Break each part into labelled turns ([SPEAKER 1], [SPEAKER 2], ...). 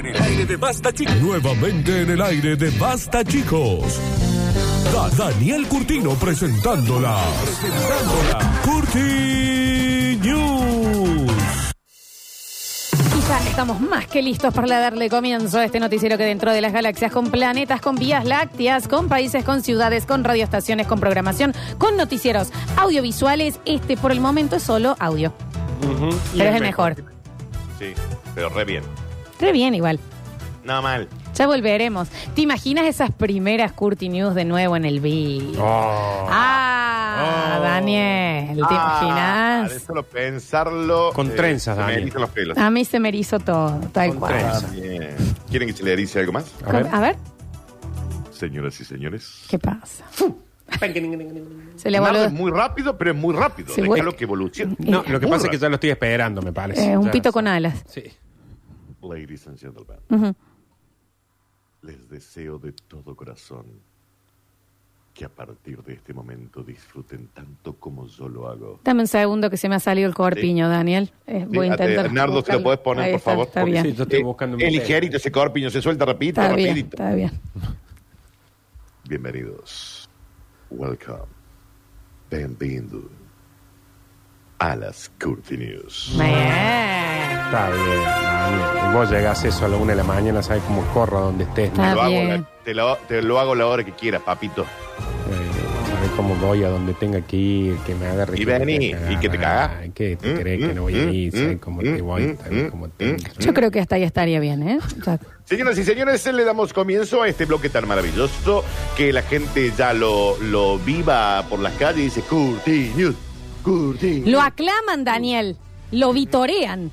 [SPEAKER 1] aire de Basta Chicos. Nuevamente en el aire de Basta Chicos. Da Daniel Curtino presentándola. Presentándola. Curti News.
[SPEAKER 2] Y ya estamos más que listos para darle comienzo a este noticiero que dentro de las galaxias, con planetas, con vías lácteas, con países, con ciudades, con radioestaciones, con programación, con noticieros audiovisuales, este por el momento es solo audio. Pero es el mejor.
[SPEAKER 3] Sí, pero re bien.
[SPEAKER 2] Re bien igual.
[SPEAKER 3] No mal.
[SPEAKER 2] Ya volveremos. ¿Te imaginas esas primeras Curti News de nuevo en el
[SPEAKER 4] Oh.
[SPEAKER 2] vivo? Ah,
[SPEAKER 3] Oh.
[SPEAKER 2] Daniel, ¿te
[SPEAKER 3] Ah, de
[SPEAKER 2] imaginas? Ah.
[SPEAKER 3] solo pensarlo. eh,
[SPEAKER 4] Con trenzas,
[SPEAKER 3] se Me
[SPEAKER 4] Daniel.
[SPEAKER 3] erizan los pelos.
[SPEAKER 2] A mí se me erizó todo, tal
[SPEAKER 4] Con
[SPEAKER 2] cual.
[SPEAKER 4] tres.
[SPEAKER 3] Ah, bien. ¿Quieren que se le erice algo más?
[SPEAKER 4] A ver.
[SPEAKER 2] A ver,
[SPEAKER 3] Señoras y señores.
[SPEAKER 2] ¿qué pasa? Se le voló.
[SPEAKER 3] Nardo es muy rápido, pero es muy rápido.
[SPEAKER 2] Se
[SPEAKER 3] Déjalo
[SPEAKER 2] vuelve-
[SPEAKER 3] que evolucione.
[SPEAKER 4] No, lo que
[SPEAKER 3] Burra.
[SPEAKER 4] pasa es que ya lo estoy esperando, me parece.
[SPEAKER 2] Eh, un
[SPEAKER 4] Ya,
[SPEAKER 2] pito
[SPEAKER 4] sí.
[SPEAKER 2] con alas.
[SPEAKER 4] Sí.
[SPEAKER 3] Ladies and gentlemen, les deseo de todo corazón que a partir de este momento disfruten tanto como yo lo hago.
[SPEAKER 2] Dame un segundo que se me ha salido el corpiño, Daniel. Eh, voy a
[SPEAKER 3] Sí,
[SPEAKER 2] intentar.
[SPEAKER 3] eh, Nardo, ¿te lo
[SPEAKER 2] buscarlo.
[SPEAKER 3] podés poner,
[SPEAKER 2] Ahí
[SPEAKER 3] por
[SPEAKER 2] está,
[SPEAKER 3] favor?
[SPEAKER 2] Está
[SPEAKER 3] Porque
[SPEAKER 2] bien.
[SPEAKER 4] sí, yo estoy
[SPEAKER 3] Eh,
[SPEAKER 4] buscando un
[SPEAKER 3] es
[SPEAKER 4] video.
[SPEAKER 3] ligerito ese corpiño, se suelta rapidito,
[SPEAKER 2] Está bien,
[SPEAKER 3] rapidito.
[SPEAKER 2] está bien.
[SPEAKER 3] Bienvenidos. Welcome. Bienvenido a las Curti News.
[SPEAKER 2] Bien.
[SPEAKER 4] Está bien, Daniel. Y vos llegás eso a la una de la mañana, sabes cómo corro a donde estés. ¿no?
[SPEAKER 2] Está
[SPEAKER 3] Te lo, hago
[SPEAKER 2] bien.
[SPEAKER 3] la, te, lo, te lo hago la hora que quieras, papito.
[SPEAKER 4] Eh, sabés cómo voy a donde tenga que ir, que me agarre. que
[SPEAKER 3] Y
[SPEAKER 4] me
[SPEAKER 3] vení,
[SPEAKER 4] tenga
[SPEAKER 3] y que te
[SPEAKER 4] agarrar,
[SPEAKER 3] cagás.
[SPEAKER 4] Que te
[SPEAKER 3] Mm,
[SPEAKER 4] crees que
[SPEAKER 3] mm,
[SPEAKER 4] no voy a ir,
[SPEAKER 3] mm,
[SPEAKER 4] sabés
[SPEAKER 3] mm,
[SPEAKER 4] cómo te
[SPEAKER 3] mm,
[SPEAKER 4] voy,
[SPEAKER 3] mm,
[SPEAKER 4] sabés
[SPEAKER 3] mm,
[SPEAKER 4] cómo te...
[SPEAKER 2] Yo creo que hasta ahí estaría bien, ¿eh? Ya.
[SPEAKER 3] Señoras y señores, le damos comienzo a este bloque tan maravilloso que la gente ya lo, lo viva por las calles y dice Curti News, Curti News".
[SPEAKER 2] Lo aclaman, Daniel. Lo vitorean.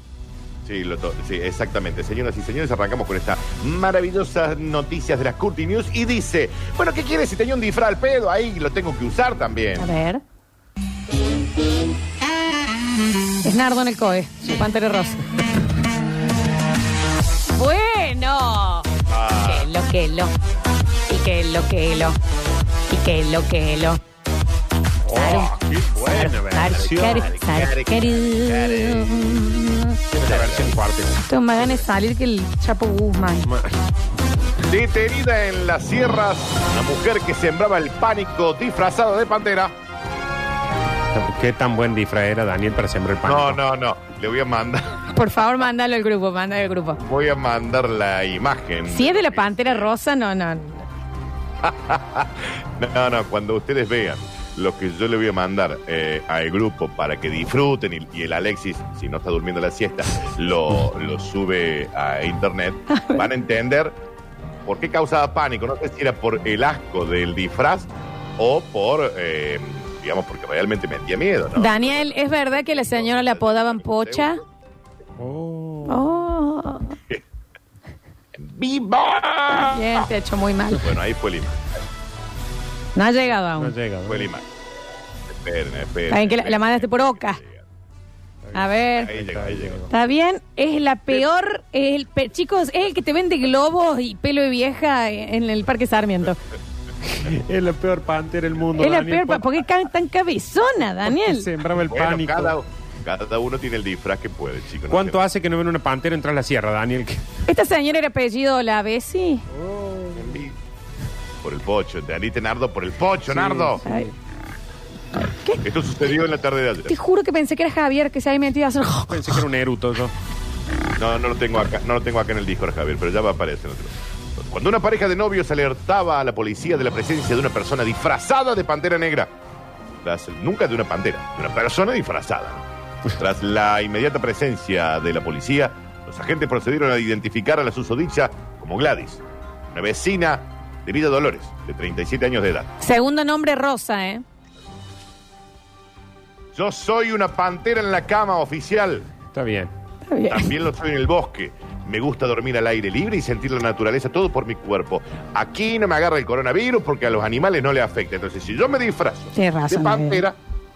[SPEAKER 3] Sí, lo to- sí, exactamente. Señoras y señores, arrancamos con estas maravillosas noticias de las Curti News y dice, bueno, ¿qué quieres si tenía un disfraz al pedo? Ahí lo tengo que usar también.
[SPEAKER 2] A ver. Es Nardo en el COE, su pantera rosa. Bueno.
[SPEAKER 3] Ah.
[SPEAKER 2] Que lo, que lo. Y que lo, que lo. Y que lo, que lo.
[SPEAKER 3] Oh, qué buena versión.
[SPEAKER 2] Caru, caru, caru.
[SPEAKER 4] La versión cuarta.
[SPEAKER 2] Tengo más ganas de salir que el Chapo Guzmán.
[SPEAKER 3] Detenida en las sierras, una mujer que sembraba el pánico disfrazada de pantera.
[SPEAKER 4] Qué tan buen disfraz era Daniel para sembrar el pan.
[SPEAKER 3] No, no, no. Le voy a mandar,
[SPEAKER 2] Por favor, mándalo al grupo, mándalo al grupo.
[SPEAKER 3] voy a mandar la imagen. Eh,
[SPEAKER 2] Si es de la pantera rosa, no, no.
[SPEAKER 3] No, no, cuando ustedes vean lo que yo le voy a mandar eh, al grupo para que disfruten y, y el Alexis, si no está durmiendo la siesta, lo, lo sube a internet, van a entender por qué causaba pánico. No sé si era por el asco del disfraz o por, eh, digamos, porque realmente metía miedo, ¿no?
[SPEAKER 2] Daniel, ¿es verdad que la señora le apodaban Pocha?
[SPEAKER 4] Oh.
[SPEAKER 2] Oh,
[SPEAKER 3] ¡Viva!
[SPEAKER 2] bien, te ha hecho muy mal.
[SPEAKER 3] Bueno, ahí fue el imagen,
[SPEAKER 2] No ha llegado
[SPEAKER 4] No
[SPEAKER 2] aún.
[SPEAKER 4] llega. ¿no?
[SPEAKER 3] fue el imagen. Esperen, esperen.
[SPEAKER 2] Está bien que la- la mandaste por
[SPEAKER 3] esperen.
[SPEAKER 2] Oca. A ver,
[SPEAKER 3] Ahí llegó, ahí llegó.
[SPEAKER 2] ¿está bien? Es la peor, es el pe- chicos, es el que te vende globos y pelo de vieja en el Parque Sarmiento.
[SPEAKER 4] Es la peor pantera del mundo.
[SPEAKER 2] Es la
[SPEAKER 4] Daniel,
[SPEAKER 2] peor, pa- ¿por qué ca- tan cabezona,
[SPEAKER 4] porque
[SPEAKER 2] Daniel?
[SPEAKER 4] Sembraba el
[SPEAKER 3] Bueno,
[SPEAKER 4] pánico.
[SPEAKER 3] cada, cada uno tiene el disfraz que puede, chicos. No
[SPEAKER 4] ¿Cuánto
[SPEAKER 3] sé.
[SPEAKER 4] hace que no ven una pantera entrar a la sierra, Daniel? Que-
[SPEAKER 2] Esta señora era apellido La Bessi.
[SPEAKER 3] Por el pocho, te anite Nardo por el pocho,
[SPEAKER 4] Sí,
[SPEAKER 3] Nardo.
[SPEAKER 4] sí.
[SPEAKER 2] Ay,
[SPEAKER 3] Esto sucedió en la tarde de
[SPEAKER 2] Te
[SPEAKER 3] ayer.
[SPEAKER 2] juro que pensé que era Javier que se había metido a hacer.
[SPEAKER 4] Pensé que era un eruto yo.
[SPEAKER 3] No, no lo tengo acá, no lo tengo acá en el Discord, Javier, pero ya va a aparecer. no te preocupes. Cuando una pareja de novios alertaba a la policía de la presencia de una persona disfrazada de pantera negra. Tras- nunca de una pantera, de una persona disfrazada. Tras la inmediata presencia de la policía, los agentes procedieron a identificar a la susodicha como Gladys, una vecina de Villa Dolores, de 37 años de edad.
[SPEAKER 2] Segundo nombre Rosa, ¿eh?
[SPEAKER 3] Yo soy una pantera en la cama oficial.
[SPEAKER 4] Está bien.
[SPEAKER 2] Está bien.
[SPEAKER 3] También lo soy en el bosque. Me gusta dormir al aire libre y sentir la naturaleza todo por mi cuerpo. Aquí no me agarra el coronavirus porque a los animales no le afecta. Entonces, si yo me disfrazo
[SPEAKER 2] Tienes razón,
[SPEAKER 3] de pantera,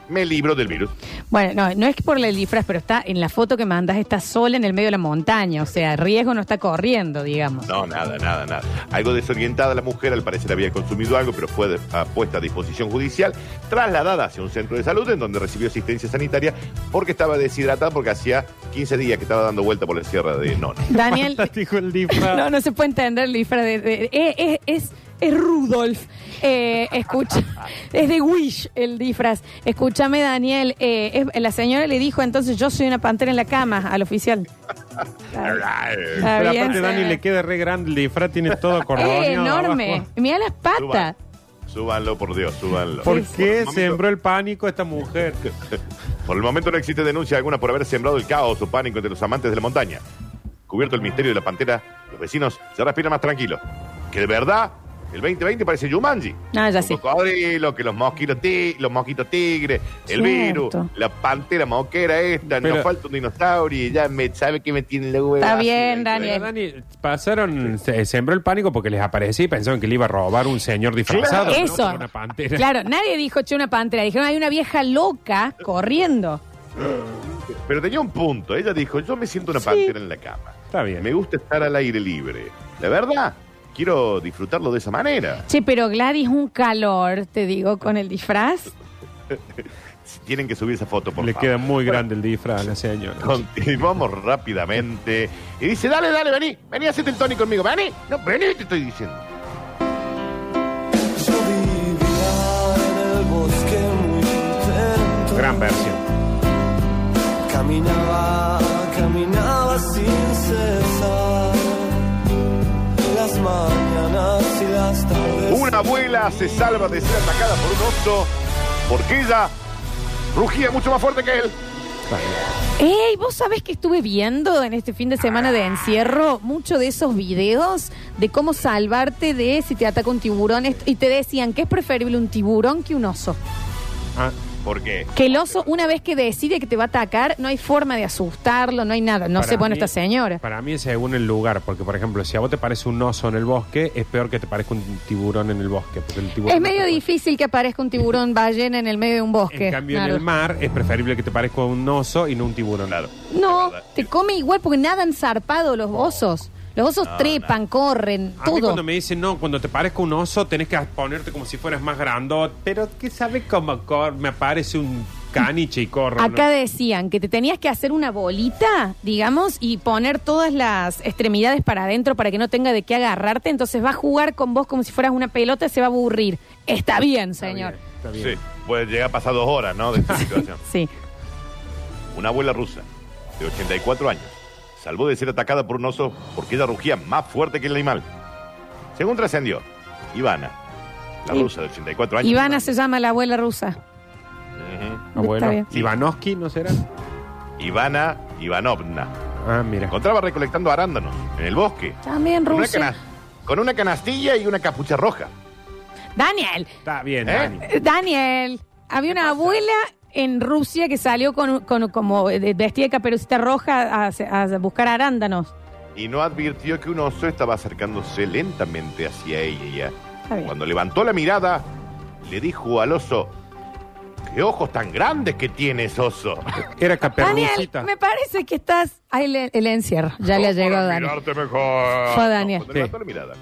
[SPEAKER 3] me libro del virus.
[SPEAKER 2] Bueno, no, no es por el disfraz, pero está en la foto que mandas, está sola en el medio de la montaña. O sea, riesgo no está corriendo, digamos.
[SPEAKER 3] No, nada, nada, nada. Algo desorientada la mujer, al parecer había consumido algo, pero fue de- a- puesta a disposición judicial, trasladada hacia un centro de salud en donde recibió asistencia sanitaria porque estaba deshidratada porque hacía 15 días que estaba dando vuelta por la sierra de Nona.
[SPEAKER 2] Daniel,
[SPEAKER 4] Fantástico el disfraz.
[SPEAKER 2] no, no se puede entender el disfraz. De, de- eh, eh, es, es Rudolf. Eh, escucha, es de Wish el disfraz. Escúchame, Daniel. eh, es- la señora le dijo entonces: Yo soy una pantera en la cama al oficial. Está
[SPEAKER 4] Pero
[SPEAKER 2] bien,
[SPEAKER 4] aparte
[SPEAKER 2] está
[SPEAKER 4] Dani
[SPEAKER 2] bien.
[SPEAKER 4] le queda re grande el disfraz, tiene todo cordón.
[SPEAKER 2] Es enorme. Mira las patas.
[SPEAKER 3] Suban- Súbanlo, por Dios, súbanlo.
[SPEAKER 4] ¿Por qué
[SPEAKER 3] el momento-
[SPEAKER 4] sembró el pánico esta mujer?
[SPEAKER 3] Por el momento no existe denuncia alguna por haber sembrado el caos o pánico entre los amantes de la montaña. Cubierto el misterio de la pantera, los vecinos se respiran más tranquilos. Que de verdad, el 2020 parece Yumanji.
[SPEAKER 2] Ah, ya
[SPEAKER 3] Los
[SPEAKER 2] sí.
[SPEAKER 3] cocodrilos, que los mosquitos, ti- los mosquitos tigres,
[SPEAKER 2] Cierto.
[SPEAKER 3] el virus, la pantera moquera esta,
[SPEAKER 4] Pero-
[SPEAKER 3] nos falta un dinosaurio y ya me sabe que me tiene la hueva.
[SPEAKER 2] Está
[SPEAKER 3] así,
[SPEAKER 2] bien,
[SPEAKER 3] ahí,
[SPEAKER 2] Daniel.
[SPEAKER 4] Pero, Dani, pasaron, se- sembró el pánico porque les aparecía y pensaron que le iba a robar un señor disfrazado. ¿no?
[SPEAKER 2] Eso.
[SPEAKER 4] Era Una pantera.
[SPEAKER 2] Claro, nadie dijo che una pantera. Dijeron: Hay una vieja loca corriendo.
[SPEAKER 3] Pero tenía un punto. Ella dijo, yo me siento una pantera en la cama.
[SPEAKER 4] Está bien.
[SPEAKER 3] Me gusta estar al aire libre. La verdad, quiero disfrutarlo de esa manera.
[SPEAKER 2] Che, pero Gladys, un calor, te digo, con el disfraz.
[SPEAKER 3] Si Tienen que subir esa foto, por
[SPEAKER 4] Le
[SPEAKER 3] favor.
[SPEAKER 4] queda muy grande el disfraz a la señora.
[SPEAKER 3] Continuamos rápidamente. Y dice, dale, dale, vení. Vení, hacete el Tony conmigo. Vení. No, vení, te estoy diciendo.
[SPEAKER 5] Yo vivía en el bosque muy contento.
[SPEAKER 4] Gran versión.
[SPEAKER 5] Caminaba, caminaba sin cesar. Las mañanas y las tardes.
[SPEAKER 3] Una abuela se salva de ser atacada por un oso porque ella rugía mucho más fuerte que él.
[SPEAKER 4] Está bien.
[SPEAKER 2] Ey, vos sabés que estuve viendo en este fin de semana de encierro muchos de esos videos de cómo salvarte de si te ataca un tiburón est- y te decían que es preferible un tiburón que un oso.
[SPEAKER 4] Ah,
[SPEAKER 3] ¿Por qué?
[SPEAKER 2] Que el oso, una vez que decide que te va a atacar, no hay forma de asustarlo, no hay nada. No
[SPEAKER 4] para
[SPEAKER 2] sé, bueno,
[SPEAKER 4] mí-
[SPEAKER 2] esta señora.
[SPEAKER 4] Para mí es según el lugar, porque por ejemplo, si a vos te parece un oso en el bosque, es peor que te parezca un tiburón en el bosque. Porque el tiburón
[SPEAKER 2] Es
[SPEAKER 4] no
[SPEAKER 2] medio
[SPEAKER 4] te-
[SPEAKER 2] difícil que aparezca un tiburón ballena en el medio de un bosque.
[SPEAKER 4] En cambio,
[SPEAKER 2] Nardo.
[SPEAKER 4] en el mar es preferible que te parezca un oso y no un tiburón.
[SPEAKER 3] Claro.
[SPEAKER 2] No,
[SPEAKER 3] Es verdad.
[SPEAKER 2] te come igual porque nadan zarpado los osos. Los osos trepan, corren,
[SPEAKER 4] A mí
[SPEAKER 2] todo.
[SPEAKER 4] cuando me dicen, no, cuando te parezca un oso tenés que ponerte como si fueras más grandote. Pero que sabe cómo cor- me aparece un caniche y corro. ¿no?
[SPEAKER 2] Acá decían que te tenías que hacer una bolita, digamos, y poner todas las extremidades para adentro para que no tenga de qué agarrarte. Entonces va a jugar con vos como si fueras una pelota, se va a aburrir. Está bien,
[SPEAKER 4] Está bien,
[SPEAKER 2] señor.
[SPEAKER 4] está bien.
[SPEAKER 3] Sí, puede llegar a pasar dos horas, ¿no? De esta situación.
[SPEAKER 2] Sí.
[SPEAKER 3] Una abuela rusa de 84 años salvó de ser atacada por un oso porque ella rugía más fuerte que el animal. Según trascendió, Ivana, la
[SPEAKER 2] Y-
[SPEAKER 3] rusa de 84 años.
[SPEAKER 2] Ivana se llama la abuela rusa.
[SPEAKER 3] Ujú.
[SPEAKER 2] Está bien.
[SPEAKER 4] Abuelo. Ivanovsky, ¿no será?
[SPEAKER 3] Ivana Ivanovna.
[SPEAKER 4] Ah, mira.
[SPEAKER 3] Se encontraba recolectando arándanos en el bosque.
[SPEAKER 2] También
[SPEAKER 3] Con una,
[SPEAKER 2] rusa.
[SPEAKER 3] cana- con una canastilla y una capucha roja.
[SPEAKER 2] Daniel,
[SPEAKER 4] Está bien,
[SPEAKER 3] ¿Eh?
[SPEAKER 4] Dani.
[SPEAKER 2] eh, Daniel, había una abuela en Rusia que salió con, con- como eh, vestida de caperucita roja a, a buscar arándanos.
[SPEAKER 3] y no advirtió que un oso estaba acercándose lentamente hacia ella.
[SPEAKER 2] Está bien.
[SPEAKER 3] Cuando levantó la mirada, le dijo al oso, ¿qué ojos tan grandes que tienes, oso?
[SPEAKER 4] Era
[SPEAKER 2] Daniel,
[SPEAKER 4] caperucita.
[SPEAKER 2] me parece que estás. Ahí le- el encierro. Ya le ha llegado
[SPEAKER 3] Para
[SPEAKER 2] Daniel.
[SPEAKER 3] mirarte mejor.
[SPEAKER 2] Fue Daniel.
[SPEAKER 3] Cuando levantó la mirada,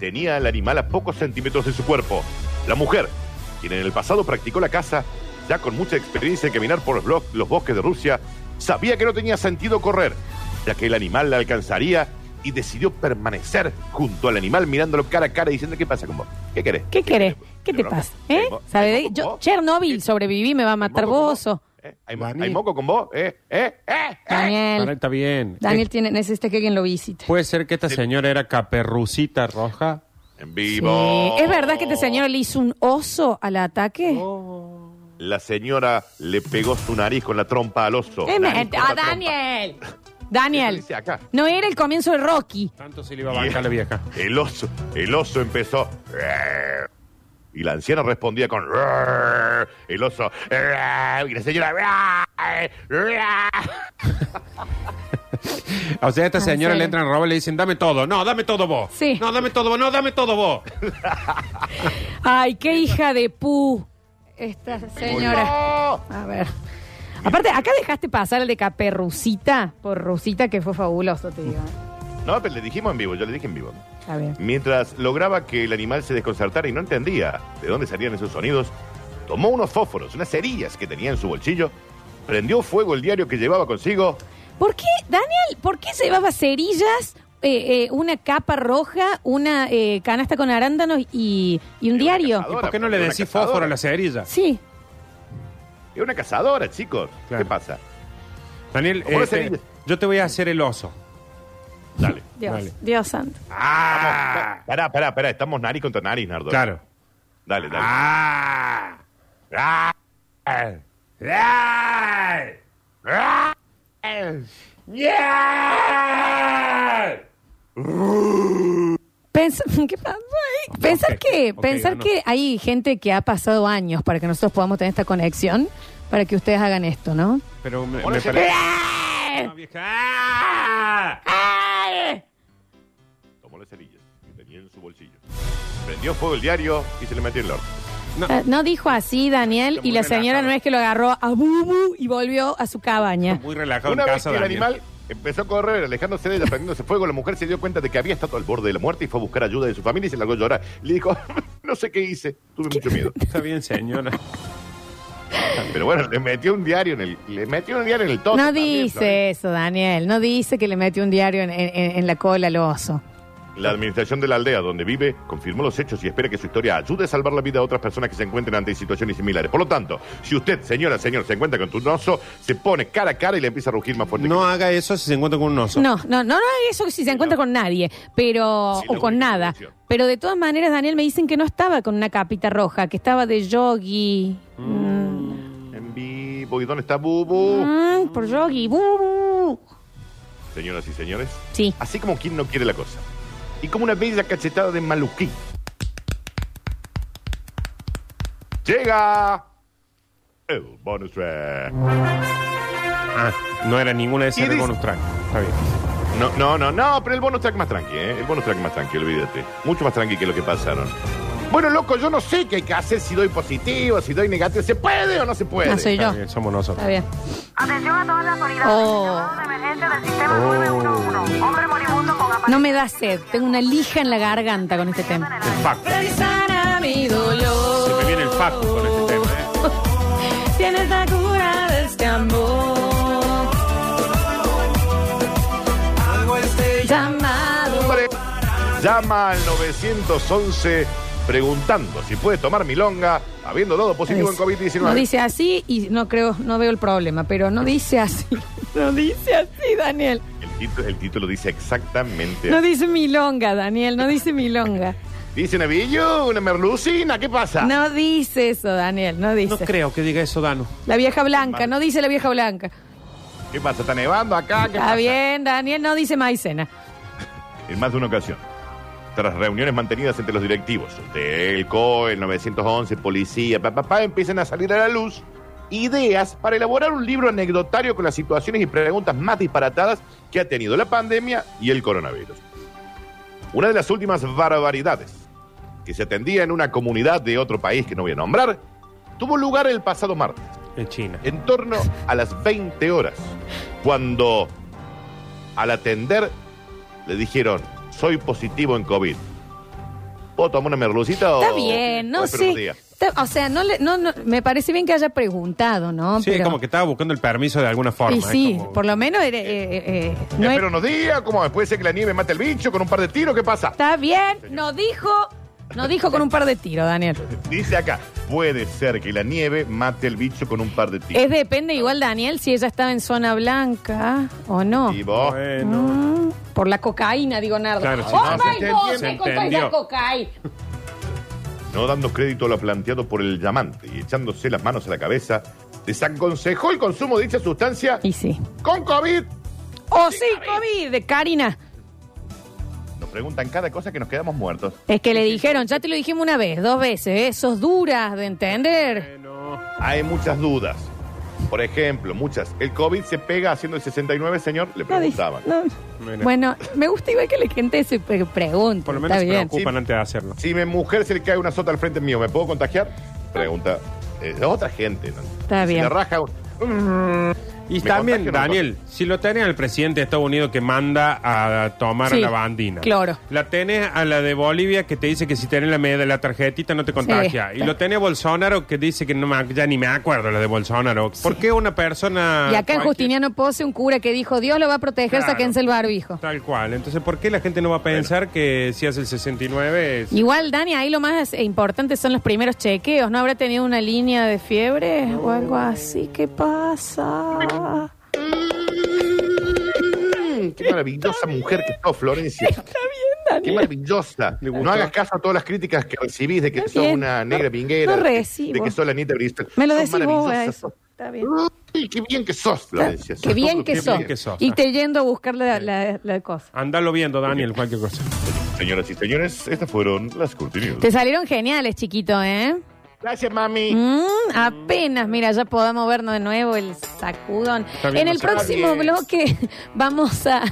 [SPEAKER 3] tenía al animal a pocos centímetros de su cuerpo. La mujer, quien en el pasado practicó la caza, ya con mucha experiencia en caminar por los, blo- los bosques de Rusia, sabía que no tenía sentido correr, ya que el animal la alcanzaría y decidió permanecer junto al animal mirándolo cara a cara y diciendo, ¿qué pasa con vos? ¿Qué querés?
[SPEAKER 2] ¿Qué querés? ¿Qué te
[SPEAKER 3] Yo no-
[SPEAKER 2] pasa?
[SPEAKER 3] ¿Hay
[SPEAKER 2] ¿Eh?
[SPEAKER 3] mo-
[SPEAKER 2] ¿Sabe de-
[SPEAKER 3] hay moco con
[SPEAKER 2] Yo,
[SPEAKER 3] vos?
[SPEAKER 2] Chernobyl, sobreviví, me va a matar
[SPEAKER 3] moco con
[SPEAKER 2] vos, oso.
[SPEAKER 3] ¿Eh? ¿Hay, mo-
[SPEAKER 4] Dani.
[SPEAKER 3] hay moco con vos? ¿Eh? ¿Eh? ¿Eh? ¿Eh?
[SPEAKER 4] Ahora
[SPEAKER 2] Daniel,
[SPEAKER 4] Está bien.
[SPEAKER 2] Daniel tiene, necesita que alguien lo visite.
[SPEAKER 4] ¿Puede ser que esta señora era caperrucita roja?
[SPEAKER 3] En
[SPEAKER 2] Sí.
[SPEAKER 3] vivo.
[SPEAKER 2] ¿Es verdad que este señor le hizo un oso al ataque?
[SPEAKER 3] Oh. La señora le pegó su nariz con la trompa al oso.
[SPEAKER 2] Eh, me-
[SPEAKER 3] Nariz con
[SPEAKER 2] ¡Ah,
[SPEAKER 3] la trompa.
[SPEAKER 2] Daniel!
[SPEAKER 3] Eso
[SPEAKER 2] Daniel,
[SPEAKER 3] dice acá.
[SPEAKER 2] no era el comienzo de Rocky.
[SPEAKER 4] Tanto se le iba a bancar la vieja.
[SPEAKER 3] El oso, el oso empezó. Y la anciana respondía con. El oso. Y la señora.
[SPEAKER 4] O sea, a esta
[SPEAKER 2] Ah,
[SPEAKER 4] señora
[SPEAKER 2] ¿en serio?
[SPEAKER 4] le entran a robar y le dicen, dame todo. No, dame todo vos.
[SPEAKER 2] Sí.
[SPEAKER 4] No, dame todo vos. No, dame todo vos.
[SPEAKER 2] Ay, qué hija de pu. esta señora. A ver. Aparte, acá dejaste pasar el de Caperrucita por Rusita, que fue fabuloso, te digo. ¿eh?
[SPEAKER 3] No, pero le dijimos en vivo, yo le dije en vivo.
[SPEAKER 2] Está bien.
[SPEAKER 3] Mientras lograba que el animal se desconcertara y no entendía de dónde salían esos sonidos, tomó unos fósforos, unas cerillas que tenía en su bolsillo, prendió fuego el diario que llevaba consigo.
[SPEAKER 2] ¿Por qué, Daniel, por qué se llevaba cerillas, eh, eh, una capa roja, una eh, canasta con arándanos y, y un
[SPEAKER 3] una
[SPEAKER 2] diario?
[SPEAKER 3] cazadora.
[SPEAKER 4] ¿Por qué no le
[SPEAKER 3] Una
[SPEAKER 4] decís
[SPEAKER 3] cazadora.
[SPEAKER 4] fósforo a la cerilla?
[SPEAKER 2] Sí.
[SPEAKER 3] Era una cazadora, chicos.
[SPEAKER 4] Claro.
[SPEAKER 3] ¿Qué pasa?
[SPEAKER 4] Daniel,
[SPEAKER 3] ¿Cómo
[SPEAKER 4] eh,
[SPEAKER 3] la
[SPEAKER 4] te-
[SPEAKER 3] cerilla?
[SPEAKER 4] yo te voy a hacer el oso.
[SPEAKER 3] Dale.
[SPEAKER 2] Dios,
[SPEAKER 4] Vale.
[SPEAKER 2] Dios santo.
[SPEAKER 4] ¡Ah!
[SPEAKER 3] Pará, pará, pará. Estamos nariz contra nariz, Nardo.
[SPEAKER 4] Claro.
[SPEAKER 3] Dale, dale.
[SPEAKER 4] ¡Ah! ¡Ah! ¡Ah! ¡Ah! ¡Ah! ¡Yeah!
[SPEAKER 2] Pens- ¿Qué pasó ahí? Pensar
[SPEAKER 4] Ok,
[SPEAKER 2] que,
[SPEAKER 4] ok,
[SPEAKER 2] pensar
[SPEAKER 4] ganó.
[SPEAKER 2] que hay gente que ha pasado años para que nosotros podamos tener esta conexión, para que ustedes hagan esto, ¿no?
[SPEAKER 4] Pero me,
[SPEAKER 3] Ahora
[SPEAKER 4] me
[SPEAKER 3] se-
[SPEAKER 4] parece. No, vieja. ¡Ah!
[SPEAKER 3] Tomó las cerillas que tenía en su bolsillo. Prendió fuego el diario y se le metió en el orto.
[SPEAKER 4] Ah,
[SPEAKER 2] Eh, No dijo así, Daniel, y la señora no es que lo agarró a Bubu y volvió a su cabaña.
[SPEAKER 4] Muy relajado
[SPEAKER 3] Una
[SPEAKER 4] en
[SPEAKER 3] vez
[SPEAKER 4] casa,
[SPEAKER 3] que el
[SPEAKER 4] Daniel.
[SPEAKER 3] animal empezó a correr, alejándose de ella, prendiéndose fuego, la mujer se dio cuenta de que había estado al borde de la muerte y fue a buscar ayuda de su familia y se largó a llorar. Le dijo, no sé qué hice, tuve mucho miedo.
[SPEAKER 4] Está bien, señora.
[SPEAKER 3] Pero bueno, le metió un diario en el, le metió un diario en el todo.
[SPEAKER 2] No dice eso, Daniel. No dice que le metió un diario en, en- en la cola al oso.
[SPEAKER 3] La administración de la aldea donde vive confirmó los hechos y espera que su historia ayude a salvar la vida de otras personas que se encuentren ante situaciones similares. Por lo tanto, si usted, señora, señor, se encuentra con tu oso, se pone cara a cara y le empieza a rugir más fuerte.
[SPEAKER 4] No haga eso si se encuentra con un oso.
[SPEAKER 2] No, no, no, no es eso si se encuentra con nadie, pero
[SPEAKER 3] Sí,
[SPEAKER 2] o
[SPEAKER 3] no,
[SPEAKER 2] con
[SPEAKER 3] no,
[SPEAKER 2] nada.
[SPEAKER 3] no, no.
[SPEAKER 2] Pero de todas maneras, Daniel me dicen que no estaba con una capita roja, que estaba de yogi.
[SPEAKER 3] que- En vivo, ¿y dónde está Bubu?
[SPEAKER 2] Mm, por yogi, Bubu.
[SPEAKER 3] Señoras y señores,
[SPEAKER 2] Sí.
[SPEAKER 4] Ah,
[SPEAKER 3] así como quien no quiere la cosa. Y como una bella cachetada de maluquí. Llega el bonus track.
[SPEAKER 4] Ah, no era ninguna de
[SPEAKER 3] Y
[SPEAKER 4] esas era el
[SPEAKER 3] dice-
[SPEAKER 4] bonus track. Está bien.
[SPEAKER 3] No, no, no, no, pero el bonus track más tranqui, ¿eh? El bonus track más tranqui, olvídate. Mucho más tranqui que lo que pasaron. Bueno, loco, yo no sé qué hay que hacer si doy positivo, si doy negativo. ¿Se puede o no se puede?
[SPEAKER 2] Ah, soy
[SPEAKER 4] Está
[SPEAKER 2] yo.
[SPEAKER 4] bien, somos nosotros.
[SPEAKER 2] Está bien.
[SPEAKER 6] Atención a todas las unidades.
[SPEAKER 2] Oh.
[SPEAKER 6] Llamado de emergencia del sistema 911. Hombre moribundo con aparición
[SPEAKER 2] No me da sed, tengo una lija en la garganta con este
[SPEAKER 6] en
[SPEAKER 2] tema.
[SPEAKER 6] el aire.
[SPEAKER 4] Facu.
[SPEAKER 2] Sana mi dolor.
[SPEAKER 4] Se me viene el facu con
[SPEAKER 2] Oh,
[SPEAKER 4] este tema. ¿eh?
[SPEAKER 2] Tienes la cura de este amor. este Llamado.
[SPEAKER 3] Hombre, llama al 911 preguntando si puede tomar milonga habiendo dado positivo en
[SPEAKER 2] No
[SPEAKER 3] COVID-19.
[SPEAKER 2] dice así y no creo, no veo el problema, pero no dice así. No dice así, Daniel.
[SPEAKER 3] El, tito- el título dice exactamente.
[SPEAKER 2] No dice milonga, Daniel, no dice milonga.
[SPEAKER 3] Dice una billo, una merlucina, ¿qué pasa?
[SPEAKER 2] No dice eso, Daniel, no dice.
[SPEAKER 4] No creo que diga eso, Dano.
[SPEAKER 2] La vieja blanca, no dice la vieja blanca.
[SPEAKER 3] ¿Qué pasa? ¿Está nevando acá? ¿Qué
[SPEAKER 2] Está
[SPEAKER 3] pasa?
[SPEAKER 2] bien, Daniel, no dice maicena.
[SPEAKER 3] en más de una ocasión. Tras reuniones mantenidas entre los directivos del COE, el 911, policía, papá, empiezan a salir a la luz ideas para elaborar un libro anecdotario con las situaciones y preguntas más disparatadas que ha tenido la pandemia y el coronavirus. Una de las últimas barbaridades que se atendía en una comunidad de otro país que no voy a nombrar tuvo lugar el pasado martes
[SPEAKER 4] En China.
[SPEAKER 3] en torno a las 20 horas, cuando al atender le dijeron, soy positivo en COVID. ¿Puedo tomar una merlucita o...?
[SPEAKER 4] Oh,
[SPEAKER 2] Está bien,
[SPEAKER 3] o
[SPEAKER 4] pues,
[SPEAKER 2] no
[SPEAKER 3] espero unos
[SPEAKER 2] sé.
[SPEAKER 3] días?
[SPEAKER 2] Está- O sea, no, le- no, no, me parece bien que haya preguntado, ¿no?
[SPEAKER 4] Sí,
[SPEAKER 2] Pero-
[SPEAKER 4] como que estaba buscando el permiso de alguna forma.
[SPEAKER 2] Y
[SPEAKER 4] ¿eh?
[SPEAKER 2] sí,
[SPEAKER 4] Como-
[SPEAKER 2] por lo menos era, eh, eh, eh, no
[SPEAKER 3] espero
[SPEAKER 2] era-
[SPEAKER 3] unos días, ¿cómo? Después de que la nieve mate el bicho con un par de tiros, ¿qué pasa?
[SPEAKER 2] está bien, no dijo, no dijo con un par de tiros, Daniel.
[SPEAKER 3] Dice acá, puede ser que la nieve mate el bicho con un par de tiros.
[SPEAKER 2] Es depende igual, Daniel, si ella estaba en zona blanca o no.
[SPEAKER 3] Y vos,
[SPEAKER 4] Bueno.
[SPEAKER 2] Mm, Por la cocaína, digo Nardo.
[SPEAKER 4] Claro, sí,
[SPEAKER 2] oh
[SPEAKER 4] no,
[SPEAKER 2] my
[SPEAKER 4] se
[SPEAKER 2] God,
[SPEAKER 4] entendió.
[SPEAKER 2] me
[SPEAKER 4] Se
[SPEAKER 2] contáis la
[SPEAKER 4] entendió.
[SPEAKER 2] cocaína.
[SPEAKER 3] no dando crédito a lo planteado por el llamante y echándose las manos a la cabeza, desaconsejó el consumo de dicha sustancia
[SPEAKER 2] Y sí.
[SPEAKER 3] con COVID.
[SPEAKER 2] O sí, COVID, Karina.
[SPEAKER 3] Nos preguntan cada cosa que nos quedamos muertos.
[SPEAKER 2] Es que le dijeron, ya te lo dijimos una vez, dos veces, ¿eh? sos duras de entender.
[SPEAKER 4] Bueno.
[SPEAKER 3] Hay muchas dudas. Por ejemplo, muchas. ¿El COVID se pega haciendo el 69, señor? Le
[SPEAKER 2] No dice-
[SPEAKER 3] preguntaban.
[SPEAKER 2] no.
[SPEAKER 4] Mira.
[SPEAKER 2] Bueno, me gusta igual que la gente se pre- pregunte.
[SPEAKER 4] Por lo menos
[SPEAKER 2] Mm. está
[SPEAKER 4] se
[SPEAKER 2] bien.
[SPEAKER 4] preocupan antes de hacerlo.
[SPEAKER 3] Si mi mujer se le cae una sota al frente mío, ¿me puedo contagiar? Pregunta Es otra gente. ¿no?
[SPEAKER 2] Está
[SPEAKER 3] Si
[SPEAKER 2] bien.
[SPEAKER 3] la raja.
[SPEAKER 4] Y
[SPEAKER 3] Me
[SPEAKER 4] también,
[SPEAKER 3] contagio, no me
[SPEAKER 4] Daniel, si lo tenés al presidente de Estados Unidos que manda a tomar
[SPEAKER 2] Sí,
[SPEAKER 4] la bandina.
[SPEAKER 2] claro.
[SPEAKER 4] La tenés a la de Bolivia que te dice que si tenés la media de la tarjetita no te contagia.
[SPEAKER 2] Sí.
[SPEAKER 4] Y lo tenés a Bolsonaro que dice que no me, ac- ya ni me acuerdo la de Bolsonaro. ¿Por qué una persona...
[SPEAKER 2] Y acá en
[SPEAKER 4] cualquier-
[SPEAKER 2] Justiniano Pose un cura que dijo, Dios lo va a proteger,
[SPEAKER 4] Claro.
[SPEAKER 2] sáquense el barbijo.
[SPEAKER 4] Tal cual. Entonces, ¿por qué la gente no va a pensar que si hace el 69 es...
[SPEAKER 2] Igual, Dani, ahí lo más importante son los primeros chequeos. ¿No habrá tenido una línea de fiebre o algo así? ¿Qué pasa?
[SPEAKER 3] Mm, Qué maravillosa mujer que sos, Florencia. Qué maravillosa. No hagas caso a todas las críticas que recibís de que
[SPEAKER 2] Está
[SPEAKER 3] sos
[SPEAKER 2] bien.
[SPEAKER 3] una negra
[SPEAKER 2] No-
[SPEAKER 3] vinguera,
[SPEAKER 2] no
[SPEAKER 3] de que-
[SPEAKER 2] recibo.
[SPEAKER 3] de que sos la nieta Bristol.
[SPEAKER 2] Me lo
[SPEAKER 3] Sos
[SPEAKER 2] decís vos a
[SPEAKER 3] maravillosa,
[SPEAKER 2] eso.
[SPEAKER 3] sos-
[SPEAKER 2] Está bien.
[SPEAKER 3] Ay, qué bien que sos, Florencia.
[SPEAKER 2] Qué bien que
[SPEAKER 4] Qué
[SPEAKER 2] sos.
[SPEAKER 4] bien que sos.
[SPEAKER 2] Y te yendo a buscar la, la- la cosa.
[SPEAKER 4] Andalo viendo, Daniel, cualquier cosa.
[SPEAKER 3] Señoras y señores, estas fueron las cortinas.
[SPEAKER 2] Te salieron geniales, chiquito, ¿eh?
[SPEAKER 3] Gracias, mami.
[SPEAKER 2] Mm, apenas, mira, ya podamos vernos de nuevo el sacudón.
[SPEAKER 4] Está bien,
[SPEAKER 2] En
[SPEAKER 4] no
[SPEAKER 2] el
[SPEAKER 4] se
[SPEAKER 2] próximo
[SPEAKER 4] va bien.
[SPEAKER 2] bloque vamos a...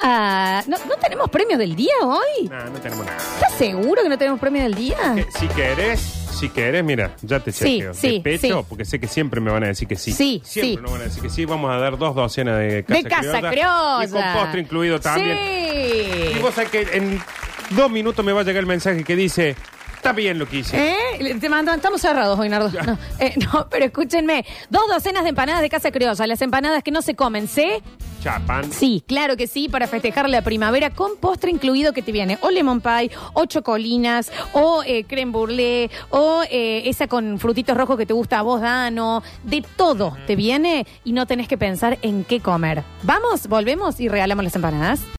[SPEAKER 2] a- ¿no, no tenemos premio del día hoy?
[SPEAKER 4] No, no tenemos nada.
[SPEAKER 2] ¿Estás seguro que no tenemos premio del día?
[SPEAKER 4] Eh, Si querés, si querés, mira, ya te
[SPEAKER 2] Sí,
[SPEAKER 4] chequeo.
[SPEAKER 2] sí,
[SPEAKER 4] de pecho,
[SPEAKER 2] sí.
[SPEAKER 4] porque sé que siempre me van a decir que sí.
[SPEAKER 2] Sí,
[SPEAKER 4] Siempre
[SPEAKER 2] sí.
[SPEAKER 4] nos van a decir que sí. Vamos a dar dos docenas de casa
[SPEAKER 2] de Casa
[SPEAKER 4] criolla.
[SPEAKER 2] Criolla.
[SPEAKER 4] Y con postre incluido también.
[SPEAKER 2] Sí.
[SPEAKER 4] Y vos sabés que en dos minutos me va a llegar el mensaje que dice, está bien lo que hice.
[SPEAKER 2] ¿Eh? Te mandan, estamos cerrados hoy, Nardo. No, eh, no, pero escúchenme. Dos docenas de empanadas de Casa Criolla. Las empanadas que no se comen, ¿sí?
[SPEAKER 4] Chapan.
[SPEAKER 2] Sí, claro que sí, para festejar la primavera con postre incluido que te viene. O lemon pie, o chocolinas, o eh, creme brûlée, o eh, esa con frutitos rojos que te gusta a vos, Dano. De todo te viene y no tenés que pensar en qué comer. Vamos, volvemos y regalamos las empanadas.